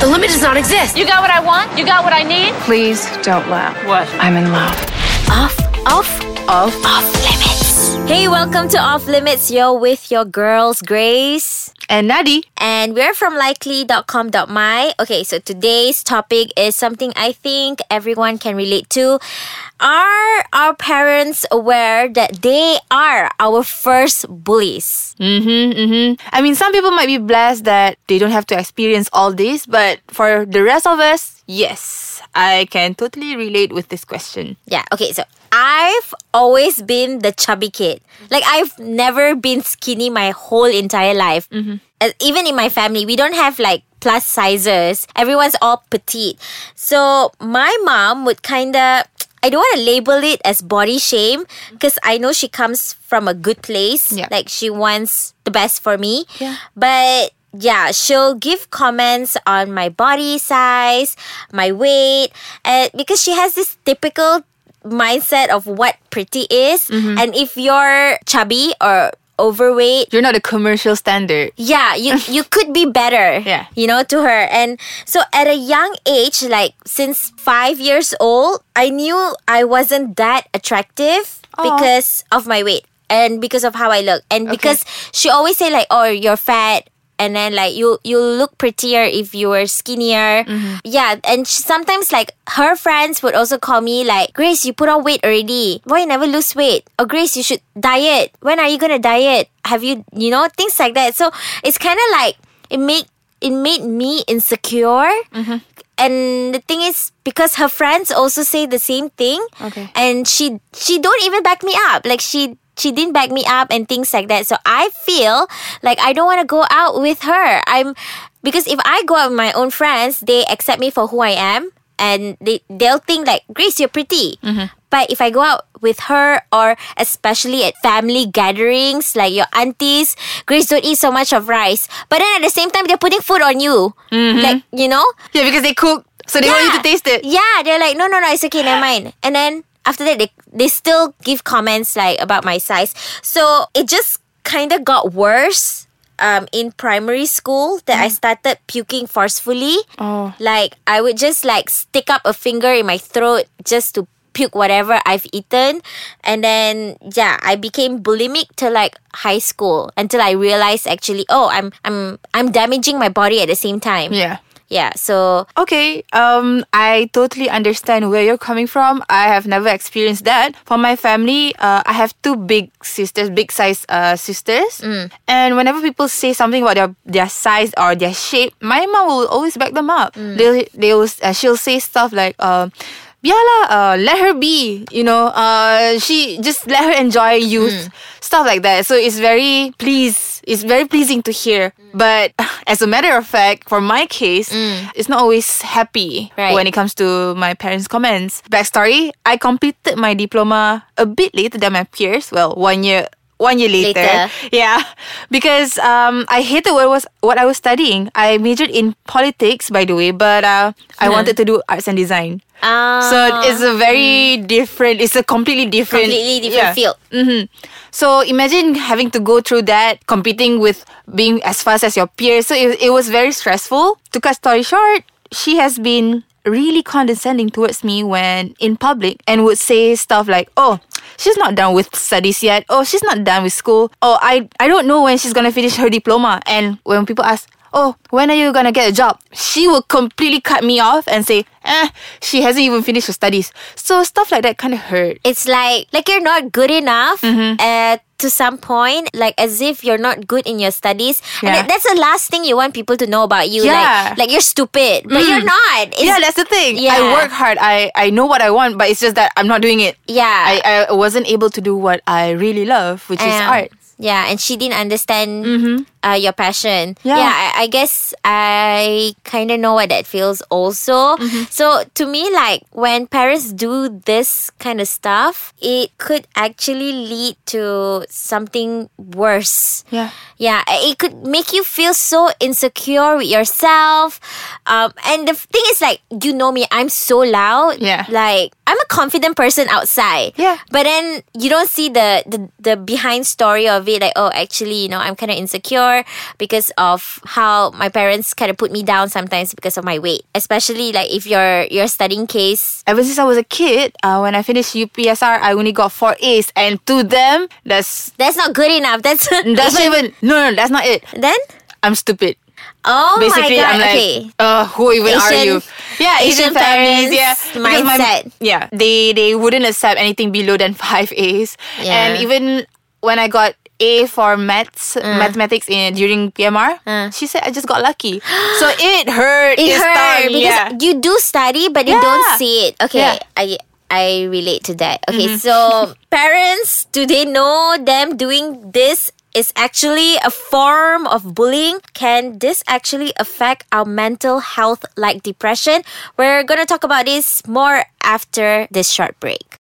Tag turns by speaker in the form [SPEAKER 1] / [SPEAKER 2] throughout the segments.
[SPEAKER 1] The limit does not exist.
[SPEAKER 2] You got what I want? You got what I need?
[SPEAKER 3] Please don't laugh.
[SPEAKER 2] What?
[SPEAKER 3] I'm in love.
[SPEAKER 1] Off, off, off, off limits.
[SPEAKER 4] Hey, welcome to Off Limits. You're with your girls, Grace.
[SPEAKER 3] And Nadi.
[SPEAKER 4] And we're from likely.com.my. Okay, so today's topic is something I think everyone can relate to. Are our parents aware that they are our first bullies?
[SPEAKER 3] Mm-hmm, mm-hmm. I mean, some people might be blessed that they don't have to experience all this, but for the rest of us, yes, I can totally relate with this question.
[SPEAKER 4] Yeah, okay, so I've always been the chubby kid. Like, I've never been skinny my whole entire life. Uh, Even in my family, we don't have like plus sizes, everyone's all petite. So, my mom would kind of. I don't want to label it as body shame because I know she comes from a good place.
[SPEAKER 3] Yeah.
[SPEAKER 4] Like she wants the best for me.
[SPEAKER 3] Yeah.
[SPEAKER 4] But yeah, she'll give comments on my body size, my weight, and because she has this typical mindset of what pretty is.
[SPEAKER 3] Mm-hmm.
[SPEAKER 4] And if you're chubby or overweight,
[SPEAKER 3] You're not a commercial standard.
[SPEAKER 4] yeah, you you could be better.
[SPEAKER 3] Yeah.
[SPEAKER 4] You know, to her. And so at a young age, like since five years old, I knew I wasn't that attractive because of my weight and because of how I look. And because she always say like, Oh, you're fat and then like you you look prettier if you were skinnier. Yeah. And she, sometimes like her friends would also call me like, Grace, you put on weight already. Why you never lose weight? Or Grace, you should diet. When are you gonna diet? Have you you know, things like that. So it's kinda like it made it made me insecure. And the thing is, because her friends also say the same thing,
[SPEAKER 3] Okay.
[SPEAKER 4] and she she don't even back me up. Like she she didn't back me up and things like that. So I feel like I don't want to go out with her. I'm because if I go out with my own friends, they accept me for who I am, and they they'll think like Grace, you're pretty. But if I go out with her, or especially at family gatherings, like your aunties, Grace, don't eat so much of rice. But then at the same time, they're putting food on you, like you know.
[SPEAKER 3] Yeah, because they cook, so they want you to taste it.
[SPEAKER 4] Yeah, they're like, no, no, no, it's okay, never mind. And then after that, they they still give comments like about my size. So it just kind of got worse. Um, in primary school, that I started puking forcefully.
[SPEAKER 3] Mm. Oh.
[SPEAKER 4] Like I would just like stick up a finger in my throat just to puke whatever I've eaten, and then yeah, I became bulimic till like high school until I realized actually, oh, I'm I'm I'm damaging my body at the same time.
[SPEAKER 3] Yeah.
[SPEAKER 4] yeah. So
[SPEAKER 3] Okay, um, I totally understand where you're coming from. I have never experienced that. For my family, uh, I have two big sisters, big size uh, sisters. And whenever people say something about their, their size or their shape, my mom will always back them up. They'll, they'll, uh, she'll say stuff like, uh, yeah lah, uh, let her be. You know, uh, she just let her enjoy youth, stuff like that. So it's very please, it's very pleasing to hear.
[SPEAKER 4] Mm.
[SPEAKER 3] But as a matter of fact, for my case, it's not always happy
[SPEAKER 4] Right.
[SPEAKER 3] when it comes to my parents' comments. Backstory: I completed my diploma a bit later than my peers. Well, one year. One year later.
[SPEAKER 4] Later.
[SPEAKER 3] Yeah. Because um, I hated what was what I was studying. I majored in politics, by the way, but uh, I wanted to do arts and design.
[SPEAKER 4] uh,
[SPEAKER 3] So it's a very different. It's a completely different,
[SPEAKER 4] Mm. completely different
[SPEAKER 3] yeah.
[SPEAKER 4] field.
[SPEAKER 3] So imagine having to go through that, competing with being as fast as your peers. So it, it was very stressful. To cut story short, she has been really condescending towards me when in public and would say stuff like, "Oh, she's not done with studies yet. Oh, she's not done with school. Oh, I I don't know when she's gonna finish her diploma." And when people ask. Oh, when are you gonna get a job? She will completely cut me off and say, eh, she hasn't even finished her studies. So stuff like that kind of hurt.
[SPEAKER 4] It's like like you're not good enough
[SPEAKER 3] Mm-hmm.
[SPEAKER 4] uh, to some point, like as if you're not good in your studies. And
[SPEAKER 3] Yeah.
[SPEAKER 4] that- that's the last thing you want people to know about you.
[SPEAKER 3] Yeah. Mm.
[SPEAKER 4] Like, like you're stupid, but you're not. It's-
[SPEAKER 3] yeah, that's the thing.
[SPEAKER 4] Yeah.
[SPEAKER 3] I work hard. I, I know what I want, but it's just that I'm not doing it.
[SPEAKER 4] yeah.
[SPEAKER 3] I, I wasn't able to do what I really love, which is
[SPEAKER 4] Um,
[SPEAKER 3] art. Mm-hmm.
[SPEAKER 4] Yeah, and she didn't understand uh, your passion.
[SPEAKER 3] Yeah.
[SPEAKER 4] I, I guess I kind of know what that feels also.
[SPEAKER 3] Mm-hmm.
[SPEAKER 4] So to me, like when parents do this kind of stuff, it could actually lead to something worse.
[SPEAKER 3] Yeah.
[SPEAKER 4] Yeah, uh, it could make you feel so insecure with yourself. Um, and the thing is, like, you know me, I'm so loud.
[SPEAKER 3] Yeah.
[SPEAKER 4] Like, I'm a confident person outside.
[SPEAKER 3] Yeah.
[SPEAKER 4] But then you don't see the, the, the behind story of bit like, oh, actually, you know, I'm kind of insecure because of how my parents kind of put me down sometimes because of my weight. Especially like if you're you're studying case.
[SPEAKER 3] Ever since I was a kid, uh, when I finished UPSR, I only got four A's, and to them, that's
[SPEAKER 4] That's not good enough. That's
[SPEAKER 3] that's not even no, no, that's not it.
[SPEAKER 4] then.
[SPEAKER 3] I'm stupid.
[SPEAKER 4] Oh
[SPEAKER 3] Basically,
[SPEAKER 4] my god.
[SPEAKER 3] I'm like,
[SPEAKER 4] okay.
[SPEAKER 3] uh, who even are you?
[SPEAKER 4] Asian-
[SPEAKER 3] Yeah,
[SPEAKER 4] Asian
[SPEAKER 3] Asian, families.
[SPEAKER 4] parents'
[SPEAKER 3] Yeah, Because
[SPEAKER 4] mindset.
[SPEAKER 3] yeah, they they wouldn't accept anything below than five A's.
[SPEAKER 4] Yeah. Uh.
[SPEAKER 3] And even when I got A for maths, mathematics in during PMR, she said I just got lucky. so it hurt.
[SPEAKER 4] it
[SPEAKER 3] this
[SPEAKER 4] hurt
[SPEAKER 3] time,
[SPEAKER 4] because
[SPEAKER 3] yeah.
[SPEAKER 4] you do study but you
[SPEAKER 3] Yeah.
[SPEAKER 4] don't see it okay
[SPEAKER 3] Yeah. Mm-hmm.
[SPEAKER 4] i i relate to that okay so parents do they know them doing this is actually a form of bullying can this actually affect our mental health like depression we're gonna talk about this more after this short break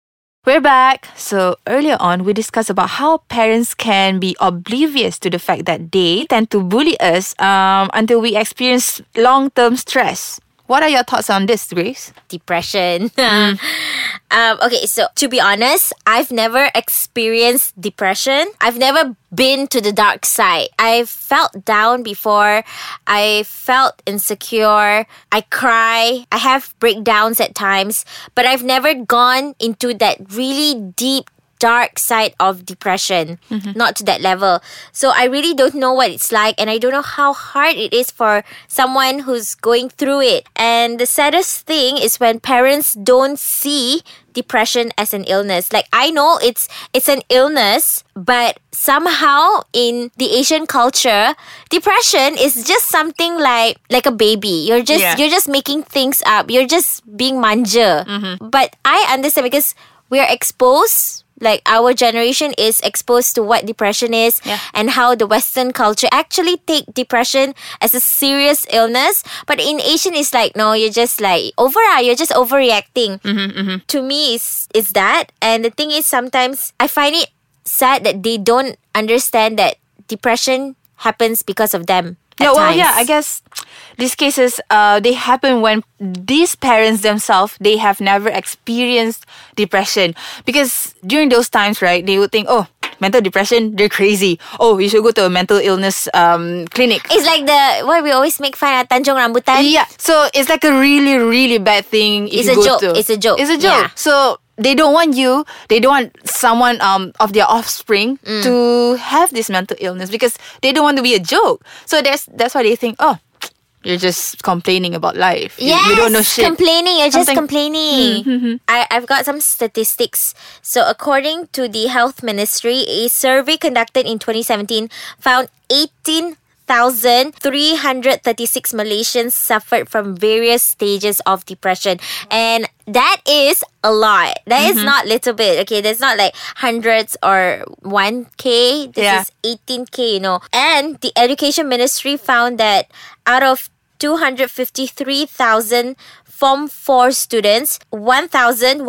[SPEAKER 3] We're back. So earlier on, we discussed about how parents can be oblivious to the fact that they tend to bully us um, until we experience long-term stress. What are your thoughts on this, Grace?
[SPEAKER 4] depression. um, okay, so to be honest, I've never experienced depression. I've never been to the dark side. I felt down before. I felt insecure. I cry. I have breakdowns at times, but I've never gone into that really deep dark side of depression not to that level so i really don't know what it's like and i don't know how hard it is for someone who's going through it and the saddest thing is when parents don't see depression as an illness like i know it's it's an illness but somehow in the asian culture depression is just something like like a baby you're just
[SPEAKER 3] Yeah.
[SPEAKER 4] you're just making things up you're just being manja but i understand because we are exposed like our generation is exposed to what depression is
[SPEAKER 3] Yeah.
[SPEAKER 4] and how the western culture actually take depression as a serious illness but in asian it's like no you're just like over ah, you're just overreacting
[SPEAKER 3] Mm-hmm,
[SPEAKER 4] to me is is that and the thing is sometimes i find it sad that they don't understand that depression happens because of them at
[SPEAKER 3] yeah, well,
[SPEAKER 4] times.
[SPEAKER 3] yeah. I guess these cases uh, they happen when these parents themselves they have never experienced depression because during those times, right? They would think, oh, mental depression, they're crazy. Oh, you should go to a mental illness um, clinic.
[SPEAKER 4] it's like the what we always make fun of tanjong rambutan
[SPEAKER 3] Yeah. So it's like a really, really bad thing. If you
[SPEAKER 4] It's a
[SPEAKER 3] go
[SPEAKER 4] joke.
[SPEAKER 3] to-
[SPEAKER 4] It's a joke.
[SPEAKER 3] It's a joke.
[SPEAKER 4] Yeah.
[SPEAKER 3] So they don't want you. They don't want someone um of their offspring
[SPEAKER 4] Mm.
[SPEAKER 3] to have this mental illness because they don't want to be a joke. So that's that's why they think oh. You're just complaining about life. You-
[SPEAKER 4] Yes,
[SPEAKER 3] you, don't know shit.
[SPEAKER 4] Complaining, you're just
[SPEAKER 3] Something- Mm,
[SPEAKER 4] complaining. I, I've got some statistics. So, according to the health ministry, a survey conducted in 2017 found 18,336 Malaysians suffered from various stages of depression. And that is a lot. That
[SPEAKER 3] Mm-hmm.
[SPEAKER 4] is not little bit. Okay, that's not like hundreds or 1K. This
[SPEAKER 3] Yeah.
[SPEAKER 4] is 18K, you know. And the education ministry found that out of 253,000 Form 4 students, 1,163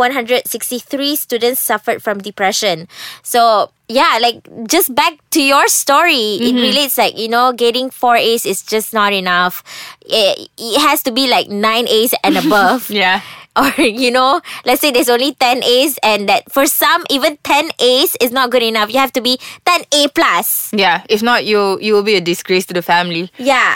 [SPEAKER 4] students suffered from depression. So, yeah, like just back to your story, it relates like, you know, getting 4 A's is just not enough. It, it has to be like 9 A's and above
[SPEAKER 3] Yeah.
[SPEAKER 4] or you know let's say there's only 10 a's and that for some even 10 a's is not good enough you have to be 10 a plus
[SPEAKER 3] Yeah. If not, you you will be a disgrace to the family.
[SPEAKER 4] yeah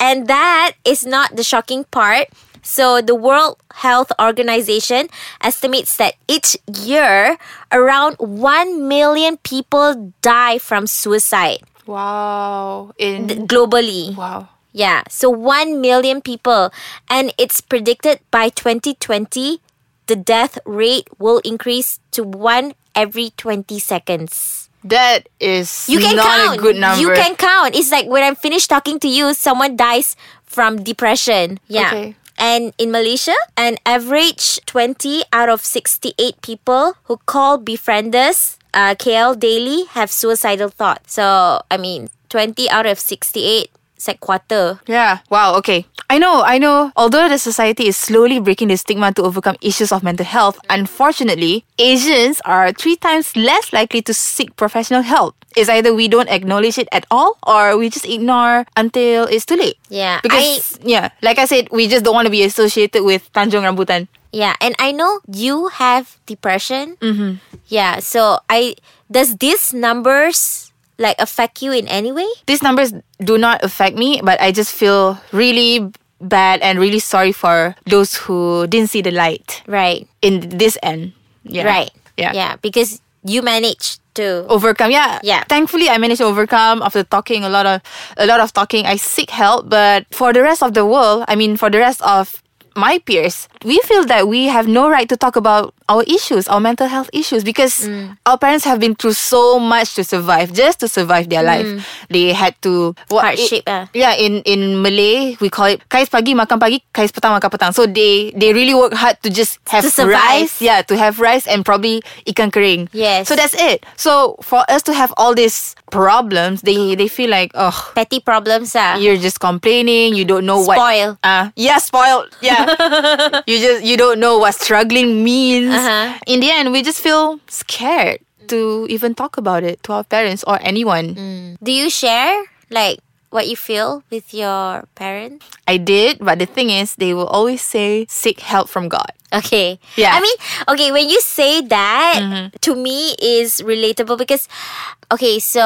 [SPEAKER 4] and that is not the shocking part so the world health organization estimates that each year around 1 million people die from suicide
[SPEAKER 3] Wow. In
[SPEAKER 4] globally
[SPEAKER 3] wow.
[SPEAKER 4] Yeah, so 1 million people. And it's predicted by 2020, the death rate will increase to 1 every 20 seconds.
[SPEAKER 3] That is
[SPEAKER 4] You can
[SPEAKER 3] not
[SPEAKER 4] count.
[SPEAKER 3] a good number.
[SPEAKER 4] You can count. It's like when I'm finished talking to you, someone dies from depression. Yeah.
[SPEAKER 3] Okay.
[SPEAKER 4] And in Malaysia, an average 20 out of 68 people who call befrienders uh, KL daily have suicidal thoughts. So, I mean, 20 out of 68, it's like quarter.
[SPEAKER 3] Yeah. Wow. Okay. I know. I know. Although the society is slowly breaking the stigma to overcome issues of mental health, unfortunately, Asians are three times less likely to seek professional help. It's either we don't acknowledge it at all, or we just ignore until it's too late.
[SPEAKER 4] Yeah,
[SPEAKER 3] Because yeah, like I said, we just don't want to be associated with Tanjung Rambutan.
[SPEAKER 4] Yeah, and I know you have depression. Mm-hmm. Yeah, so I does these numbers like affect you in any way?
[SPEAKER 3] These numbers do not affect me, but I just feel really bad and really sorry for those who didn't see the light
[SPEAKER 4] Right.
[SPEAKER 3] in this end. Yeah.
[SPEAKER 4] Right.
[SPEAKER 3] Yeah. Oh.
[SPEAKER 4] Yeah. Because you managed to.
[SPEAKER 3] Overcome. Yeah.
[SPEAKER 4] Yeah.
[SPEAKER 3] Thankfully I managed to overcome after talking a lot of a lot of talking. I seek help, but for the rest of the world, I mean for the rest of my peers, we feel that we have no right to talk about our issues, our mental health issues, because
[SPEAKER 4] Mm.
[SPEAKER 3] our parents have been through so much to survive, just to survive their life. They had to what,
[SPEAKER 4] Mm. Hardship, ah.
[SPEAKER 3] Yeah, in in Malay we call it kais pagi makan pagi, kais petang makan petang. So they they really work hard to just have
[SPEAKER 4] To survive.
[SPEAKER 3] rice, yeah, to have rice and probably ikan kering.
[SPEAKER 4] Yes.
[SPEAKER 3] So that's it. So for us to have all these problems, they they feel like, oh,
[SPEAKER 4] petty problems ah.
[SPEAKER 3] you're just complaining. You don't know what.
[SPEAKER 4] Spoil.
[SPEAKER 3] Uh, yeah, spoiled. Yeah. you just you don't know what struggling means.
[SPEAKER 4] Uh-huh.
[SPEAKER 3] In the end, we just feel scared to even talk about it to our parents or anyone.
[SPEAKER 4] Do you share like what you feel with your parents?
[SPEAKER 3] I did, but the thing is, they will always say, seek help from God.
[SPEAKER 4] Okay.
[SPEAKER 3] Yeah.
[SPEAKER 4] I mean, okay, when you say that to me is relatable because okay, so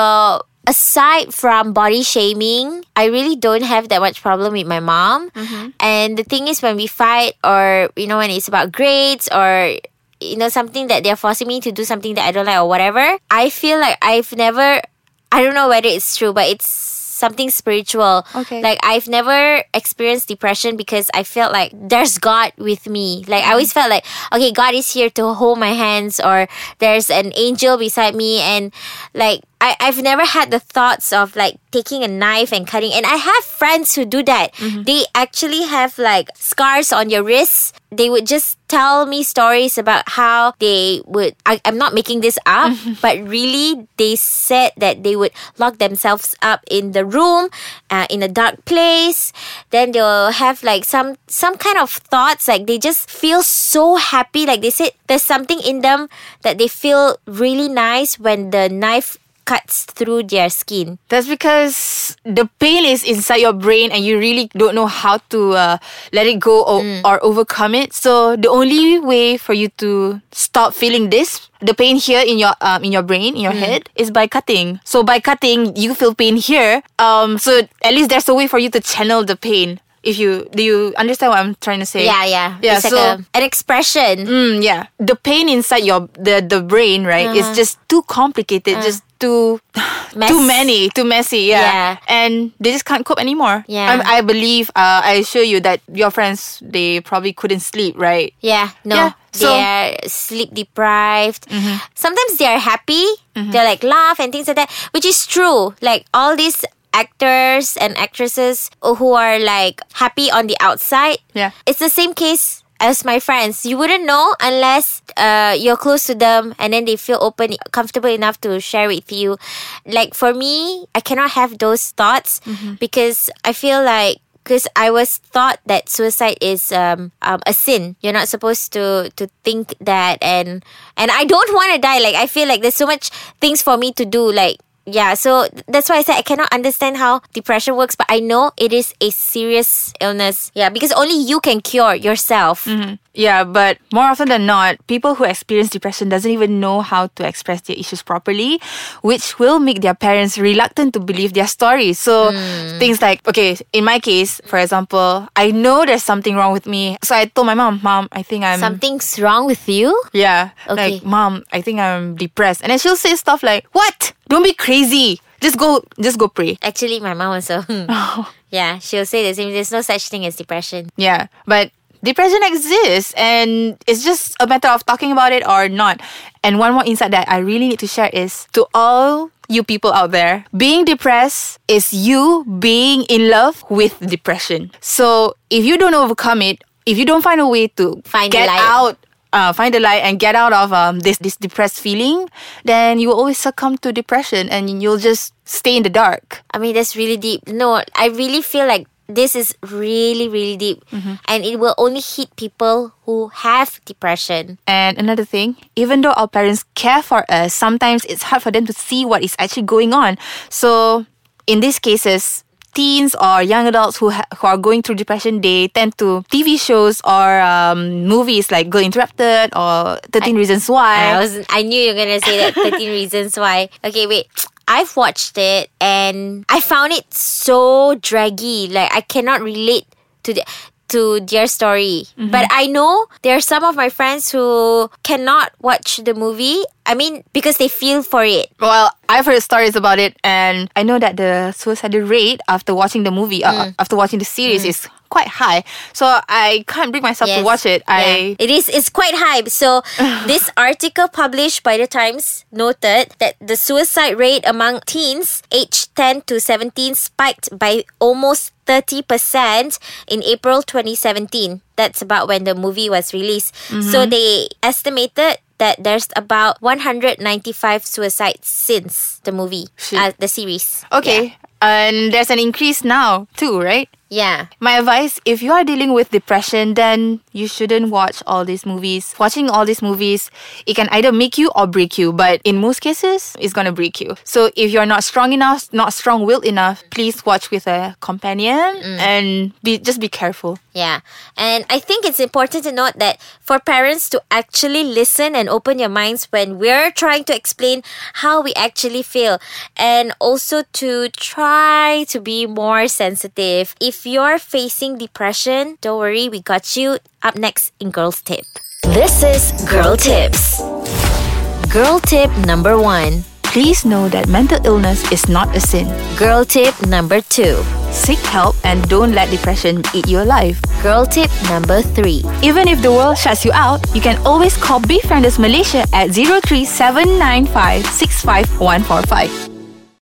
[SPEAKER 4] aside from body shaming, I really don't have that much problem with my mom. And the thing is when we fight or you know when it's about grades or you know something that they're forcing me to do something that I don't like or whatever, I feel like I've never I don't know whether it's true, but it's something spiritual.
[SPEAKER 3] Okay.
[SPEAKER 4] Like I've never experienced depression because I felt like there's God with me. Like I always felt like, okay, God is here to hold my hands or there's an angel beside me and like I, I've never had the thoughts of like taking a knife and cutting and I have friends who do that. They actually have like scars on your wrists. They would just tell me stories about how they would I, I'm not making this up, but really they said that they would lock themselves up in the room uh, in a dark place then they'll have like some some kind of thoughts like they just feel so happy like they said there's something in them that they feel really nice when the knife cuts through their skin
[SPEAKER 3] That's because the pain is inside your brain and you really don't know how to uh, let it go or,
[SPEAKER 4] Mm.
[SPEAKER 3] or overcome it. So the only way for you to stop feeling this, the pain here in your um, in your brain, in your
[SPEAKER 4] Mm.
[SPEAKER 3] head, is by cutting. So by cutting, you feel pain here. Um, so at least there's a way for you to channel the pain. If you do you understand what I'm trying to say?
[SPEAKER 4] yeah yeah
[SPEAKER 3] Yeah,
[SPEAKER 4] it's like
[SPEAKER 3] so-
[SPEAKER 4] a- an expression
[SPEAKER 3] Mm, yeah. The pain inside your the the brain, right? It's just too complicated, just too
[SPEAKER 4] Uh-huh. Uh. Mess.
[SPEAKER 3] too many, too messy. Yeah.
[SPEAKER 4] Yeah.
[SPEAKER 3] And they just can't cope anymore.
[SPEAKER 4] Yeah.
[SPEAKER 3] Um, I believe uh, I assure you that your friends they probably couldn't sleep, right?
[SPEAKER 4] Yeah, no.
[SPEAKER 3] Yeah, so- Mm-hmm.
[SPEAKER 4] they're sleep deprived. Sometimes they're happy. They're like laugh and things like that, which is true. Like all these actors and actresses who are like happy on the outside.
[SPEAKER 3] Yeah.
[SPEAKER 4] It's the same case as my friends. You wouldn't know unless uh, you're close to them and then they feel open, comfortable enough to share with you. Like for me, I cannot have those thoughts because I feel like because I was taught that suicide is um, um, a sin. You're not supposed to to think that, and and I don't want to die. Like I feel like there's so much things for me to do. Like yeah, so that's why I said I cannot understand how depression works, but I know it is a serious illness. Yeah, because only you can cure yourself.
[SPEAKER 3] Yeah, but more often than not, people who experience depression doesn't even know how to express their issues properly, which will make their parents reluctant to believe their stories. So
[SPEAKER 4] Hmm.
[SPEAKER 3] things like, okay, in my case, for example, I know there's something wrong with me. So I told my mom, Mom, I think I'm
[SPEAKER 4] Something's wrong with you.
[SPEAKER 3] Yeah.
[SPEAKER 4] Okay.
[SPEAKER 3] Like, Mom, I think I'm depressed. And then she'll say stuff like, What? Don't be crazy. Just go just go pray.
[SPEAKER 4] Actually, my mom also. yeah, she'll say the same. There's no such thing as depression.
[SPEAKER 3] Yeah, but depression exists and it's just a matter of talking about it or not. And one more insight that I really need to share is to all you people out there, being depressed is you being in love with depression. So if you don't overcome it, if you don't find a way to
[SPEAKER 4] Find the
[SPEAKER 3] get
[SPEAKER 4] light.
[SPEAKER 3] out, uh, find the light and get out of um, this this depressed feeling, then you will always succumb to depression and you'll just stay in the dark.
[SPEAKER 4] I mean, that's really deep. No, I really feel like this is really, really deep. And it will only hit people who have depression.
[SPEAKER 3] And another thing, even though our parents care for us, sometimes it's hard for them to see what is actually going on. So, in these cases, teens or young adults who, ha- who are going through depression, they tend to TV shows or um, movies like Girl Interrupted or 13 Reasons Why.
[SPEAKER 4] I was I knew you were gonna say that 13 reasons why. Okay, wait. I've watched it and I found it so draggy. Like I cannot relate to the to their story. But I know there are some of my friends who cannot watch the movie. I mean, because they feel for it.
[SPEAKER 3] Well, I've heard stories about it, and I know that the suicide rate after watching the movie, uh,
[SPEAKER 4] Mm.
[SPEAKER 3] after watching the series, is quite high. So I can't bring myself to
[SPEAKER 4] Yes.
[SPEAKER 3] watch it. I
[SPEAKER 4] Yeah. it is it's quite high. So this article published by the Times noted that the suicide rate among teens aged 10 to 17 spiked by almost 30% in April 2017. That's about when the movie was released. So
[SPEAKER 3] Mm-hmm.
[SPEAKER 4] they estimated that there's about 195 suicides since the movie,
[SPEAKER 3] Shit.
[SPEAKER 4] uh, the series.
[SPEAKER 3] okay, and there's an increase now too, right?
[SPEAKER 4] Yeah.
[SPEAKER 3] My advice if you are dealing with depression, then you shouldn't watch all these movies. Watching all these movies, it can either make you or break you, but in most cases, it's gonna break you. So if you're not strong enough, not strong willed enough, please watch with a companion and be just be careful.
[SPEAKER 4] Yeah. And I think it's important to note that for parents to actually listen and open your minds when we're trying to explain how we actually feel and also to try to be more sensitive. If you're facing depression, don't worry, we got you. Up next in Girls Tip.
[SPEAKER 1] This is Girl Tips.
[SPEAKER 4] Girl tip number one.
[SPEAKER 3] Please know that mental illness is not a sin.
[SPEAKER 4] Girl tip number two.
[SPEAKER 3] Seek help and don't let depression eat your life.
[SPEAKER 4] Girl tip number three.
[SPEAKER 3] Even if the world shuts you out, you can always call Befrienders Malaysia at 0379565145.